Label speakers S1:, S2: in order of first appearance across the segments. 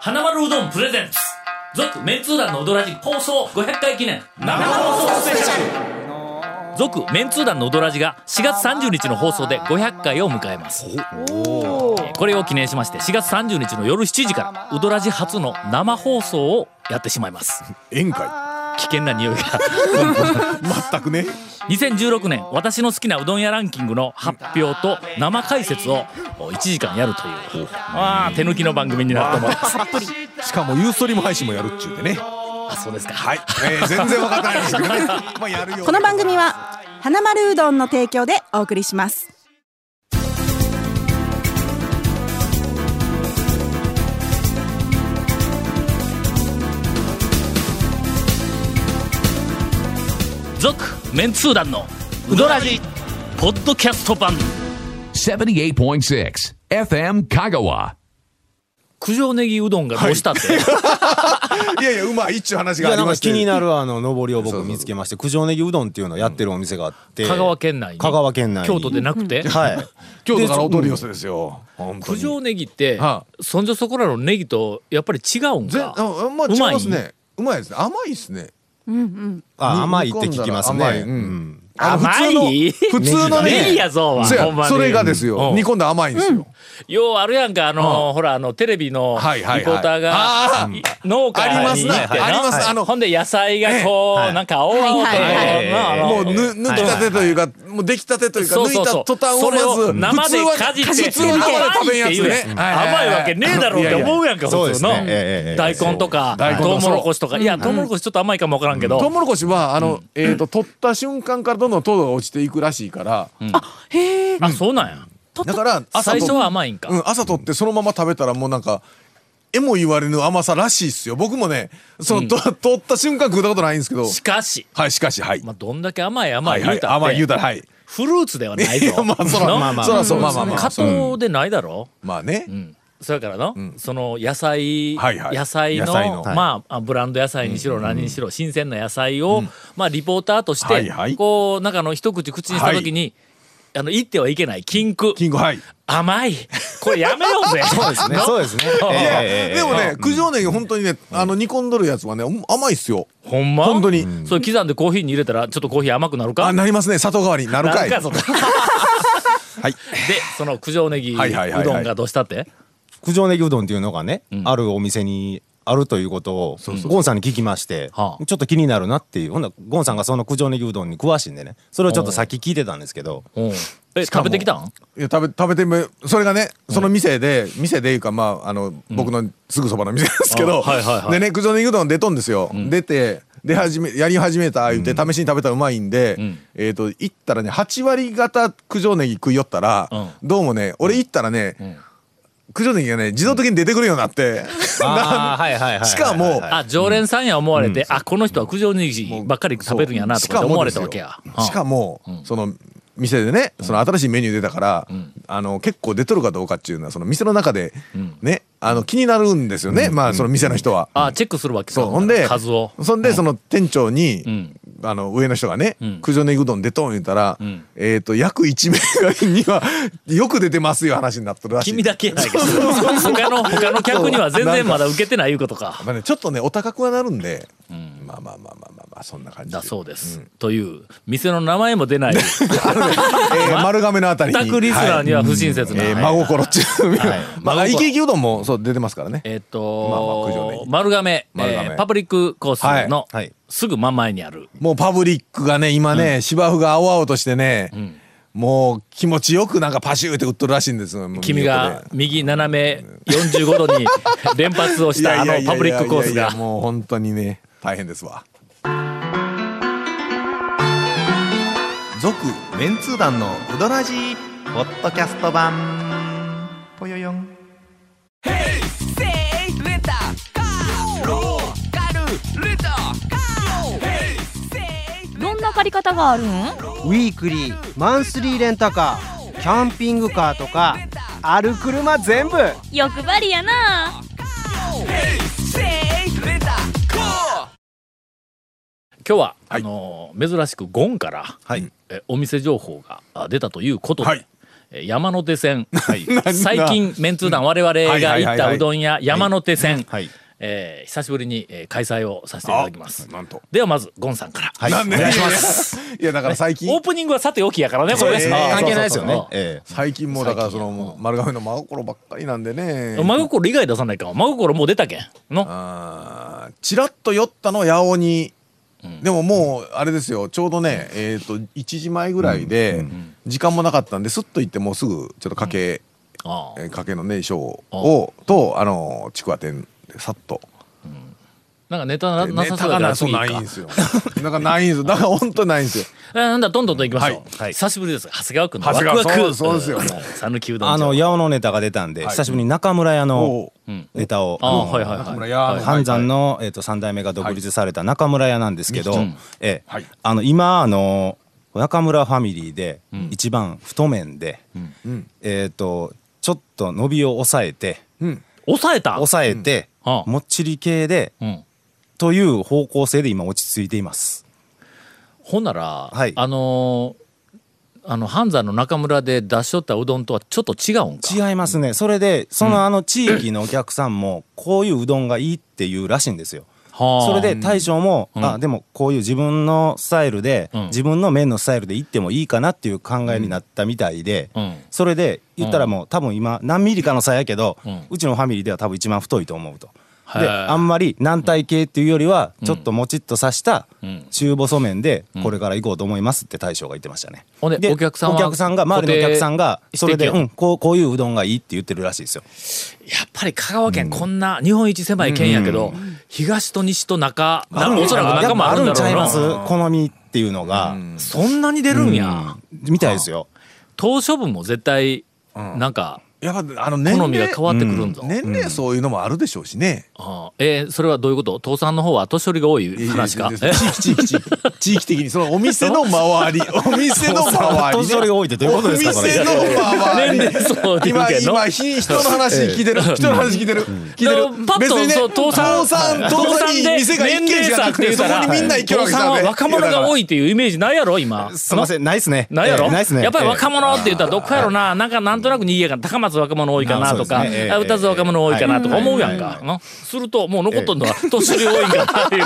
S1: 花丸うどんプレゼンツ続メンツー団のうどらじ放送500回記念生放送スペシャル続メンツー団のうどらじが4月30日の放送で500回を迎えますえーこれを記念しまして4月30日の夜7時からうどらじ初の生放送をやってしまいます
S2: 宴会
S1: 危険な 匂いが
S2: 全くね
S1: 2016年私の好きなうどん屋ランキングの発表と生解説を1時間やるというまあ手抜きの番組になると思います
S2: しかもユーストリーム配信もやるっちゅうてね
S1: あそうですか
S2: はい、えー、全然分かってないですけどね まあやるよ
S3: この番組は花丸うどんの提供でお送りします
S1: 続メンツー団のうどらじポッドキャスト版
S4: 78.6 FM Kagawa.
S1: 九条ネギうどんがどうしたって、
S2: いやいやうまいっちゅう話
S5: い
S2: があ
S5: やな
S2: り
S5: ん
S2: ま
S5: か
S2: して
S5: 気になるあの上り
S2: そう
S5: を僕
S2: そう
S5: 見つけまして九条ネギうどんっていうのをやってるお店があっ て
S1: 香川県内に
S5: 香川県内に
S1: 京都でなくて、
S5: はい
S2: 京都からお取り寄
S5: せ
S2: せですよ本当
S1: 九
S2: に
S1: 条ネギって、
S2: は
S1: そんじょそこらのネギとやっぱり違うん
S2: ぜ
S1: か
S2: あまあ
S1: う
S2: 違い
S1: まい
S2: ますねうまいですね甘いですね
S5: 甘いって聞きますね
S2: 甘い、うんあの
S1: 甘い
S2: 普通の普通のね
S1: ネギやぞは
S2: そう
S1: ほんま
S2: や
S1: に
S2: それがです
S1: う
S2: よ
S1: ん
S2: 煮込んだ甘いんですよ
S1: ようあるやんかあの、ほらあのテレビの
S2: はい
S1: リポ
S2: はいはい
S1: ーターが
S2: あ
S1: い農家
S2: あります
S1: に
S2: ね
S1: 行ってな
S2: ありますあの
S1: ほんで野菜がこう、なんか青々と、
S3: はいはい
S1: なあの
S2: もうぬ抜きたてというかもうできたてというか
S1: そう
S2: 抜い
S1: そうそう
S2: た途端をま
S1: それ
S2: ず
S1: 生でかじって
S2: 普通は生で食べんやつ
S1: 甘いって
S2: ね
S1: 言うやん
S2: はは
S1: 甘いわけねえだろうって思うやんか
S5: そ
S1: 普
S5: うで
S1: 通
S5: す
S1: の
S5: ねええええ
S1: 大根とか
S2: 大根
S1: ト
S2: と
S1: ウモロコシとかいやトウモロコシちょっと甘いかもわからんけど
S2: トウモロコシはあのえっと取った瞬間からどんどん糖度が落ちていくらしいから
S3: へえ
S1: あそうなんや
S2: だから朝
S1: 最
S2: 取っ
S1: 初は甘いんか
S2: うん、朝取ってそのまま食べたらもうなんかえも言われぬ甘さらしいっすよ僕もねその、と取った瞬間食ったことないんですけど
S1: しかし
S2: はいしかしはい、
S1: まあどんだけ甘い
S2: は
S1: 甘
S2: い
S1: い
S2: は
S1: 言う
S2: い
S1: たっ
S2: 甘い言う
S1: て
S2: たらはい
S1: フルーツでは ないぞ
S2: まあそら
S1: の
S2: まあまあそらそうまあまあまあ
S1: 加藤でないだろ
S2: まあね、
S1: それからの、その野菜、
S2: はいはい
S1: 野菜の
S2: 野菜の
S1: まあ、あブランド野菜にしろ何にしろ、新鮮な野菜を、まあ、リポーターとして、
S2: はいはい
S1: こう中の一口口にした時に、あの言ってはいけない禁句
S2: キングはい
S1: 甘いこれやめよう ぜ
S5: そうですね
S1: の
S5: そうですね
S2: い
S5: え
S2: や、
S5: えええ
S2: でもね、九条ネギ本当にね、あの煮込んどるやつはねうん甘いっすよ
S1: ほんま
S2: 本当に、
S1: それ刻んでコーヒーに入れたらちょっとコーヒー甘くなるか
S2: あなりますね砂糖代わりになるかい
S1: なんかそんな
S2: はい
S1: でその九条ネギう
S2: はいはいはいはい
S1: どんがどうしたって、
S5: 九条ネギうどんっていうのがね、あるお店にあるということをゴンさんに聞きまして、
S1: はあ
S5: ちょっと気になるなっていうほんならゴンさんがその九条ネギうどんに詳しいんでねそれをちょっとさっき聞いてたんですけど
S1: うんえ
S5: か
S1: 食
S5: も
S1: べてきたん
S2: いや食べ食べてみそれがねその店で、店でいうかまああの僕のすぐそばの店ですけど、
S1: あはいはいはい
S2: でね九条ネギうどん出とんですよ、出て出始めやり始めた言って、試しに食べたらうまいんで、えっ、と行ったらね8割方九条ネギ食いよったら、
S1: う
S2: どうもね俺行ったらね、九条ネギがね自動的に出てくる ようになって、
S5: あーはいはいはいはいはい
S2: しかも
S1: あ常連さんや思われて、あこの人は九条ネギばっかり食べるんやなとかって思われたわけや
S2: そうしかもですよしかもその店でねその新しいメニュー出たから、あの結構出とるかどうかっていうのはその店の中でね、あの気になるんですよね、まあその店の人は。
S1: あチェックするわけか
S2: そうほんで
S1: 数を
S2: そんでその店長に、
S1: ん
S2: あの上の人がね
S1: ん
S2: 「九条ネギうどん出とん」言ったら、
S1: ん
S2: えっ、と約1名には 「よく出てますよ」話になっとるらしい。
S1: 君だけやないか他の他の客には全然まだ受けてないいうことか
S2: まあね、ちょっとねお高くはなるんで、まあまあまあまあまあまあそんな感じで
S1: だそうです、という店の名前も出 ない全
S2: えー丸亀のあたりに
S1: くリスナーには不親切な、
S2: えー、真心っちゅう、まあ
S1: 真
S2: イ
S1: 心
S2: ケイケうどんもそう出てますからね
S1: えっ
S2: まあまあ九条ネ
S1: と
S2: ギ
S1: 丸亀え
S2: 丸亀
S1: ーパブリックコースの
S5: はいはい
S1: すぐ真ん前にある
S2: もうパブリックがね今ね、芝生が青々としてね、もう気持ちよくなんかパシューって打っとるらしいんですよもう
S1: 君が右斜め45度に連発を
S2: 見事で
S1: したあのパブリックコース
S2: いや
S1: が
S2: いやいやいやもう本当にね大変ですわ
S6: 続メンツー団のウドラジーポッドキャスト版ぽよよん
S7: どんな借り方があるん
S8: ウィークリーマンスリーレンタカーキャンピングカーとかある車全部
S7: 欲張りやな
S1: 今日は、
S2: は
S1: あ
S2: い
S1: のー珍しくゴンから、
S2: はい
S1: えお店情報があ出たということで、
S2: はい
S1: えー山手 線、
S2: 何
S1: 最近メンツー団我々が
S2: はい
S1: 行
S2: は
S1: っ
S2: いはい
S1: た
S2: はいう
S1: どん屋山手線、
S5: はい
S1: えー久しぶりに、えー開催をさせていただきます
S2: なんと
S1: ではまずゴンさんから、
S5: はい、お願いします。
S2: いやだから最
S1: オー
S2: 近
S1: プニングはさておきやからねこれね
S2: そうですね
S1: あー
S5: 関係ないですよ
S1: そう
S5: ね
S1: そ。うそう
S5: ええ
S2: 最近もうだからそのもう丸亀の真心ばっかりなんでね
S1: 真心以外出さないか真心もう出たけんの
S2: あーちらっと酔ったの八尾に、でももうあれですよちょうどね、えー、と1時前ぐらいで時間もなかったんですっと行ってもうすぐちょっとかけ、
S1: あー
S2: えーかけのね衣装をとあのちくわ店でさっと。
S1: なんかネタななさそうだ
S2: ネタ
S1: か
S2: がな
S1: ら
S2: そ
S1: 次
S2: う
S1: 行
S2: な
S1: く
S2: いん
S1: か
S2: ですよ。なんかないん ですよ。だから本当にないんですよ。
S1: えーなんだどんどんと行きましょう、
S2: はい
S1: 久しぶりです長谷川君のワ
S2: 長
S1: ク
S2: 谷
S1: ワ
S2: 川
S1: ク
S2: そうですそうですよ
S1: ん讃岐うどん
S5: あ
S1: じゃ
S5: の、
S1: ん
S5: 八尾のネタが出たんで、久しぶりに中村屋のネタを、
S1: あ
S5: あ
S1: あ
S5: の
S1: はいはい
S2: 中
S1: は
S2: 村
S1: い
S2: 屋の
S5: 半山の、えっと、三代目が独立された中村屋なんですけど、ええ
S2: はい
S5: あの、今、あの、中村ファミリーで、一番太麺で、えっと、ちょっと伸びを抑えて、
S1: 抑えた
S5: 抑えて、
S1: うんはあ
S5: もっちり系で、
S1: うん
S5: という方向性で今落ち着いています。
S1: ほんなら、
S5: はい
S1: あのーあの半山の中村で出しとったうどんとはちょっと違うんか
S5: 違いますね。それで、そのあの地域のお客さんも、こういううどんがいいっていうらしいんですよ。
S1: はあ
S5: それで大将も、あでもこういう自分のスタイルで、
S1: うん
S5: 自分の麺のスタイルで行ってもいいかなっていう考えになったみたいで、
S1: うん
S5: それで言ったらもう、多分今何ミリかの差やけど、
S1: う
S5: うんちのファミリーでは多分一番太いと思うと。
S1: へ
S5: で
S1: ー
S5: あんまり軟体系っていうよりはちょっともちっとさした
S1: うん
S5: 中細麺でこれから行こうと思いますって大将が言ってましたね。
S1: ほんでお客さんは
S5: お客さんが周りのお客さんが
S1: 固定
S5: それで、
S1: してきよ
S5: うん、こうこういううどんがいいって言ってるらしいですよ。
S1: やっぱり香川県こんな日本一狭い県やけど、東と西と中なおそらく中もあるんだ
S5: やっぱあるんち
S1: ろ
S5: ゃ
S1: う
S5: い
S1: な
S5: ます好みっていうのが、
S1: そんなに出るんや、
S5: みたいですよ。
S1: 島しょ部も絶対なんか
S2: やっぱあの年
S1: 好みが
S2: 齢
S1: 変わってくるんぞ、
S2: 年齢そういうのもあるでしょうしね。
S1: ああえーそれはどういうこと父さんの方は年寄りが多い話か
S2: いやい
S1: え
S2: や地域地域地域地域的にそのお店の周りお店の周り、ね、
S5: 年寄りが多いってどういうことですか
S2: お
S5: これ
S2: 店の周り
S1: 年 齢層って言う
S2: 今
S1: けど
S2: 今ひ人の話聞いてる人の話聞いてる聞いてる
S1: パッとそう倒産
S2: 倒産倒産に店が一軒しかなくてそこにみんな行けるわけ
S1: 父
S2: じ
S1: さん
S2: ゃ
S1: は
S2: ね
S1: 若者が多いっていうイメージないやろ今
S5: すみません、ないっすね。
S1: なんやろ、
S5: ええないっすね。
S1: やっぱり若
S5: え
S1: 者って言ったらどこやろな、なんかなんとなくにぎやかな高松若者多いかなとか、
S5: あそうですねええ
S1: あ歌津若者多いかなとか思うやんか、なするともう残っとんのは年寄り多いんかなっていう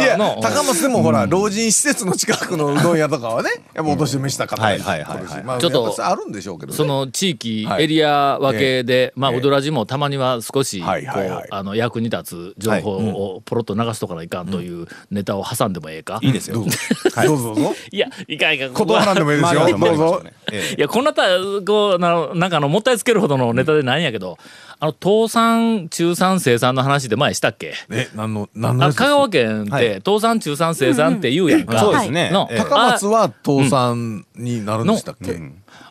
S2: いや
S1: あの
S2: 高松でもほら老人施設の近くのうどん屋とかはねやっぱお年を召した方がいる
S5: はいはいはいはい
S2: まあ
S1: ちょっと
S2: やぱあるんでしょうけどね
S1: その地域、
S2: はい
S1: エリア分けで、まあ、
S2: ええ
S1: ウドラジもたまには少し、こ
S2: はいはいうはい、
S1: あの、役に立つ情報をポロッと流しとかないかんというネタを挟んでもええか。
S5: えいいですよ。
S2: どうぞどうぞ
S1: いや、いかんいかん。ここ
S2: 断
S1: は
S2: らんでもいいです
S5: まあ
S2: よどうぞ
S5: え
S1: いや、こんなた、こう、ななんかあの、もったいつけるほどのネタでないんやけど、あの、倒産、中産、生産の話で前したっけ
S2: え何の何の
S1: あ
S2: やつ
S1: 香川県っ
S5: は
S1: て、
S5: い
S1: 倒産、中産、生産って言うやん
S5: え
S1: か。
S5: そうですね。
S1: の
S5: ええ
S2: 高松は倒産になるんでしたっけ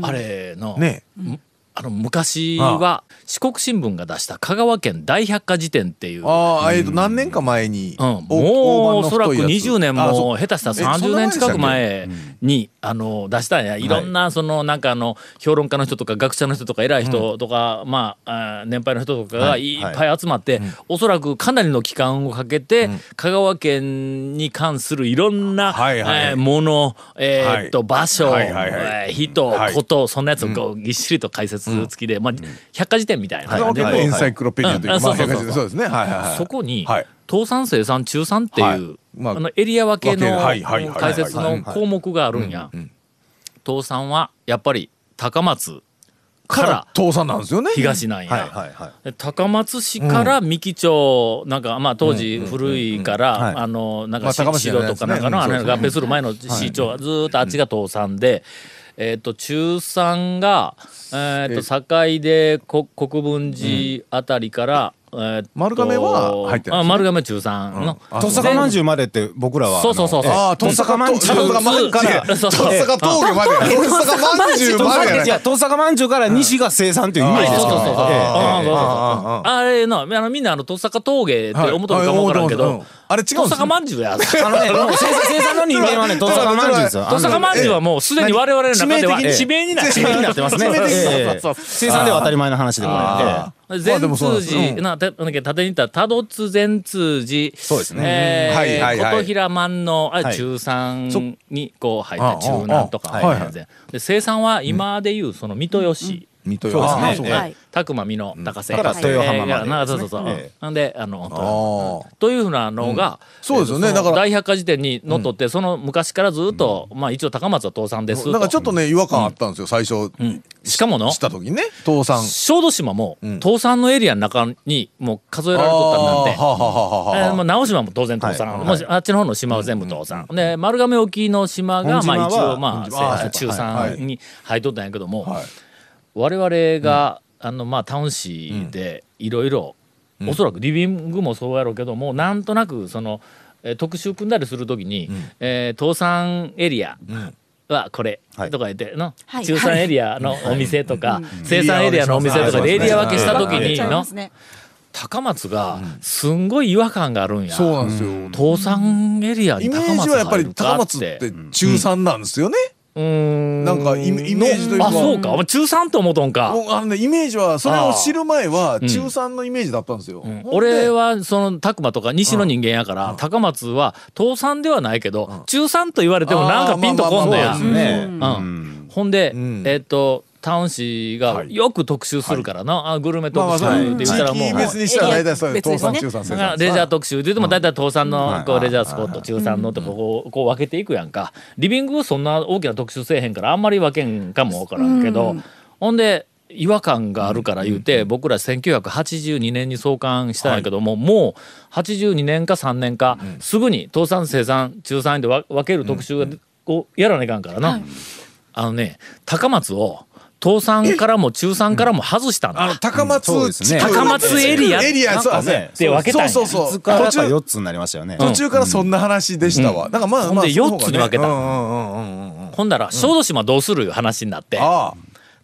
S1: あれの、
S2: ね
S1: あの、昔は、四国新聞が出した香川県大百科事典っていう、
S2: ああえっと何年か前に
S1: うん、
S2: お
S1: もう
S2: 大判の
S1: おそら
S2: 太
S1: く
S2: いやつ
S1: 20年
S2: あ
S1: も
S2: そう
S1: 下手したら
S2: えそん
S1: 30年
S2: な前でした
S1: 近
S2: っけ
S1: く前にあの出したんやいろんなそのなんかあの評論家の人とか学者の人とか偉い人とかまああー年配の人とかがいっぱい集まっておそらくかなりの期間をかけて香川県に関するいろんな
S2: はいはい
S1: えーものえーっと
S2: は
S1: 場所
S2: はいはいは
S1: え
S2: い
S1: ー人
S2: はい
S1: ことそんなやつをこうぎっしりと解説付きでまあ百科事典みたいな
S2: 香
S1: 感
S2: 川
S1: じ
S2: 県の
S1: で
S2: エンサイクロペディアという
S1: う
S2: か
S1: ん
S2: まあ
S1: そうそうそう
S2: 百科事典そうですねはいはいはい
S1: そこに、
S2: はい
S1: 倒産生産中産っていう、
S2: はいまあ
S1: あのエリア分けの
S2: 分けるはいはいはい
S1: 解説の項目があるんや倒産はやっぱり高松から
S2: 倒産なんですよね
S1: 東なんや、
S5: はいはいはい。
S1: で高松市から三木町、なんかまあ当時古いから、
S5: はい
S1: あのなんか
S2: まあ
S1: し
S2: 高松市
S1: 城とかなんかの,、
S2: じゃな
S1: あ
S2: いです
S1: の
S2: ね
S1: 合併する前の市長はずーっとあっちが倒産で、えっ、と中産が、えっと堺でこ国分寺あたりから、えっと
S2: 丸亀は入ってないですね
S1: あ丸亀中産の、
S2: あ
S5: とっさかまんじゅうまでって僕らは。
S1: そうそうそうそう
S5: あの
S2: ああ、とっさかまんじゅう。
S5: と
S2: と
S5: っ
S2: っ
S5: さ
S2: さかま
S5: かま
S2: ん
S5: んじ
S2: じゅ
S5: ゅう
S2: う
S5: から
S2: とっさか峠まで。とっさかまんじゅう
S5: とっ
S2: ま
S5: さ
S2: で
S5: か
S2: や
S5: いや、
S2: ね。
S5: とっさかまんじゅうから西が生産っていうイメージです
S1: そうそ
S5: か
S1: うそうそう。あ
S5: ら
S1: ー
S5: ね
S1: そうそうそう
S2: あ
S1: あれの、あのみんなあの、とっさか峠って思ったのかもわからんけ
S2: は
S1: ど
S2: い思うと思ううん、あれ違うんですよ
S1: とっさかまんじゅうや。
S5: ええ。あのね、もう生産生産の人間はね、とっさかまんじゅうですよ。
S1: とっさかまんじゅうはもうすでに我々の中では
S5: ええ
S1: 地名になって
S5: 地名になってますね。
S1: そうそうそうそう
S5: ええ生産では当たり前の話でこれ。ええ
S1: 善
S2: でもそうなん
S1: 通
S2: です
S1: 寺、
S2: うん
S1: なたなんだっけ縦に言ったら多度津善通寺
S5: そうですね
S1: えー
S2: はいはいはい
S1: 琴平万能あれ
S5: はい
S1: 中3にこう入っ
S2: ああ
S1: た中南とか
S2: ああはいはい
S1: 全然で生産は今でいうその水戸吉、
S2: 見と
S5: そうですね
S2: あそう
S1: え
S2: か
S3: はい
S1: ー拓磨美濃高瀬
S5: から
S1: 高瀬
S5: 豊浜まで
S1: えーなそうそうそう、
S5: え
S1: なんであの
S2: あ
S1: というふうなのが、
S2: そうですよね
S1: えーと
S2: だか
S1: そ
S2: ら
S1: の大百科事典にのっとって、その昔からずっと、まあ一応高松は倒産です
S2: なんかちょっと
S1: ね、
S2: ね違和感あったんですよ最初
S1: うんしかもの
S2: 知った時にね父さん
S1: 小豆島も
S2: うん
S1: 倒産のエリアの中にもう数えられとったんなん
S2: あ
S1: て
S2: ーはあはあはあ
S1: え
S2: はあ
S1: ーまあ、直島も当然倒産、もしあっちの方の島は全部倒産、で丸亀沖の島がま
S5: 本島
S1: あ
S5: は
S1: 一応ま
S5: 本島
S1: あ
S5: は
S1: せ中
S2: はいは
S1: 産
S2: い
S1: に入っとったんやけども、
S2: はい
S1: 我々が、あのまあタウン市でいろいろおそらくリビングもそうやろうけどもなんとなくその、えー特集組んだりするときに、えー倒産エリアはこれ
S5: はい
S1: とか言っての、
S3: はい
S1: 中産エリアのお店とか、生産エリアのお店とか
S5: うん
S1: でエリア分けしたとき
S5: 時
S1: に
S3: ちゃい
S1: の
S3: ますね
S1: 高松がすんごい違和感があるんや。
S2: そうなんですよ
S1: 倒産エリアに
S2: イメ
S1: 高
S2: ー
S1: 松
S2: ジはや
S1: が
S2: っぱ
S1: 入
S2: り
S1: るか
S2: 高
S1: っ
S2: 松ってて中産なんですよね
S1: うーん
S2: なんかイメイメージというか
S1: あそうかお前中3と思うとんか
S2: もうあのねイメージはそれを知る前は
S1: ー
S2: 中産のイメージだったんですよ、
S1: うん
S2: ほんで
S1: 俺はその拓磨とか西の人間やから高松は倒産ではないけど中3と言われてもなんかピンとこんのや
S2: あーまあまあまあそうね
S1: う
S5: うんん
S1: ほんで
S2: うん
S1: えっとタウン市がよく特集するからなあグルメ特集って言っ
S2: 地
S1: たらもう
S2: 域別にしたら大体そういう倒産中産
S1: だ
S2: 生
S1: から
S2: 産
S1: レジャー特集で言っても大体倒産
S5: は
S1: の
S5: い
S1: こうレジャースポット中産のってこうこう分けていくやんかリビングそんな大きな特集せえへんからあんまり分けんかも分からんけどほんで違和感があるから言うて僕ら1982年に創刊したんやけどももう82年か3年かすぐに倒産生産中産で分分ける特集をやらないかんからなあのね高松を倒産からも中産からも外したんだ
S2: あの高松
S5: そうですね
S2: 地区
S1: 高松エリア
S2: エリアそう
S5: なんかね
S2: そ
S1: で
S2: う
S1: 分けたんや
S2: そうそうそ
S5: 5
S2: う
S5: つから
S2: 途
S5: か
S2: 中
S5: 4つになりましたよね。
S2: 途中からそんな話でしたわ、だからまあ
S1: ほんで
S2: まあ
S1: 四つに分けた
S2: その方がねうんうんうんうんうんうん
S1: ほんなら小豆島どうするいう話になって
S2: ああ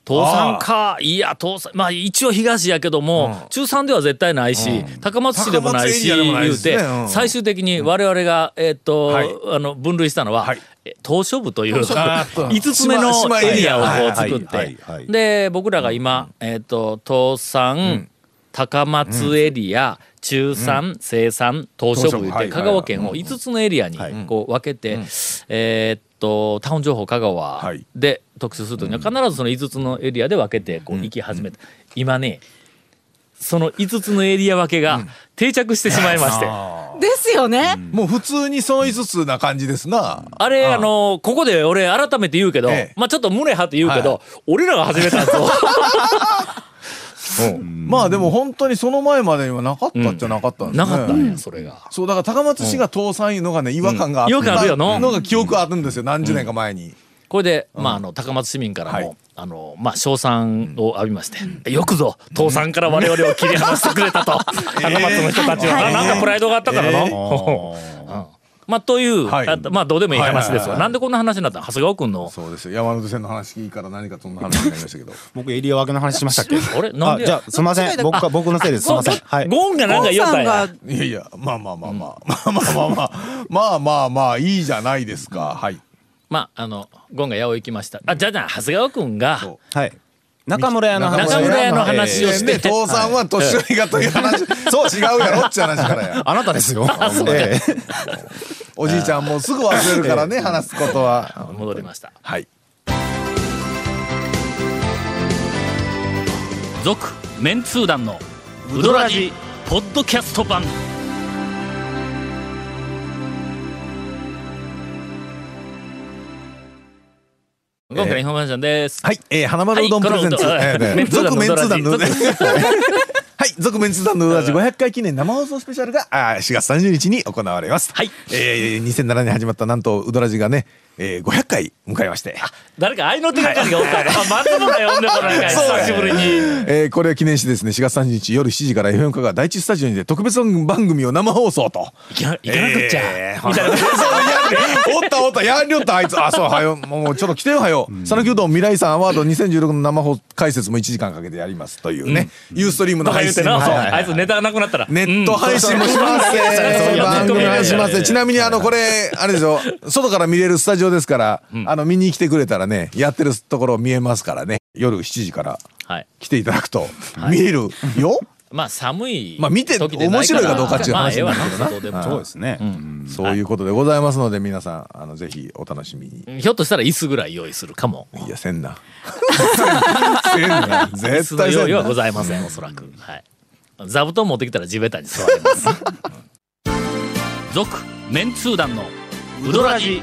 S1: 倒産かいや倒産まあ一応東やけども、中産では絶対ないし、高松市でもないし
S2: 高松エリアでもない
S1: 言
S2: で
S1: う
S2: すね
S1: て、
S2: うん
S1: 最終的に我々が、えっと、
S2: はい
S1: あの分類したのは、
S2: はい
S1: え東書部という
S2: あ ーっと
S1: 5つ目の
S2: 島島
S1: エ
S2: エ
S1: リ
S2: リ
S1: ア
S2: ア
S1: をこう
S5: はい
S1: 作っ
S5: はいはいは
S1: て
S5: い
S1: で僕らが今、えっと東産、高松エリア、中産、生産、東書部言っ
S2: 東書部は
S1: て
S2: い
S1: 香川県を5つのエリアに
S5: はい
S1: こう分けて、えーっとタウン情報香川
S2: はい
S1: で特集するときには必ずその5つのエリアで分けてこう行き始めた、今ねその5つのエリア分けが定着してしまいまして、あ
S3: ですよね
S2: もう普通にその5つな感じですな
S1: れあのここで俺改めて言うけど、
S2: ええ
S1: まあちょっと胸張って言うけど、俺らが始めたんですよ
S2: まあでも本当にその前までにはなかったっちゃなかったんですね、
S1: なかったんやそれが。
S2: そうだから高松市が倒産いうのがね違和感があっ
S1: うん違和感あるよ
S2: た
S1: な
S2: のが記憶あるんですよ何十年か前に。
S1: これで、まあ、あの高松市民からも、
S2: はい
S1: あのまあ、称賛を浴びまして、よくぞ倒産から我々を切り離してくれたと高松の人たちは、
S3: はい
S1: ななんかプライドがあったからな。う
S2: え
S1: んまあ、という、
S2: はい
S1: あとまあどうでもいい話です
S2: はいはいは
S1: わ。
S2: い
S1: なんでこんな話になったの長谷川君の。
S2: そうですよ山手線の話聞いから何かそんな話になりましたけど
S5: 僕エリア分けの話しましたっけ
S1: あれなんで
S5: あじゃあすみません僕か僕のせいですすみませんはい
S1: ゴンがなんか言おったんや。
S2: いやいやまあまあまあまあ、まあまあまあまあまあまあまあいいじゃないですか、はい
S1: まああのゴンが八尾行きました。あじゃあじゃあ長谷川君が
S2: そう
S5: はい中村屋の話
S1: 中村屋の話を
S2: え
S1: し
S2: ー
S1: て
S2: で倒産は年寄りがという話、 そう違うやろって話から や
S5: あな たですよええ
S2: おじいちゃんもうすぐ忘れるからね話すことは
S1: 戻りました。
S2: はい
S1: 続メンツー団のウドラジポッドキャスト版今回のインフォメーションです、
S2: はい、えー、花丸うどんプレゼンツ。
S1: はい
S2: えーね
S1: このうどん
S2: 続メンツ団のうど
S1: メ
S2: ん。は
S1: ン
S2: い
S1: ツ、
S2: 続メンツ団のうどん味500回記念生放送スペシャルが、あー4月30日に行われます。
S1: はい
S2: えー、2007年に始まったなんとうどらじがね、えー、500回迎えまして。
S1: 誰か愛の手がかりがおったら、あ松村呼んでもらえない
S2: そう
S1: 久しぶりに
S2: えーこれを記念してですね4月30日夜7時から FM 香川第一スタジオにて特別番組を生放送と。
S1: いかないかなくっちゃ、
S2: えー
S1: みたいな
S2: そうやんおったおったやんりょったあいつあそう はよもうちょっと来てよはよ讃岐うどん未来遺産アワード2016の生放送解説も1時間かけてやりますというね、ユーストリームの
S1: とか言
S2: 配
S1: うて
S2: 信
S1: な、
S2: もそう
S1: あいつネタがなくなったら
S2: ネット配信もしますね
S1: そうそう
S2: 番組配信しますねちなみにあのこれあれでしょ外から見れるスタジオですからあの見に来てくれたらねやってるところ見えますからね夜7時から
S1: はい
S2: 来ていただくと見えるよ。
S1: まあ寒い
S2: まあ見て
S1: 時でないら
S2: 面白いかどうかっていう話
S1: まあええわ
S2: なんだけどな
S1: 外でも
S5: そうですね。
S2: そういうことでございますので皆さんあのぜひお楽しみに。
S1: ひょっとしたら椅子ぐらい用意するかも
S2: いやせんな。 せ んな。
S1: 椅子
S2: 絶
S1: の
S2: 対せ
S1: 用
S2: ん
S1: 意はご
S2: な。
S1: ざいませんおそらくはい座布団持ってきたら地べたに座ります 続メンツー団のウドラジ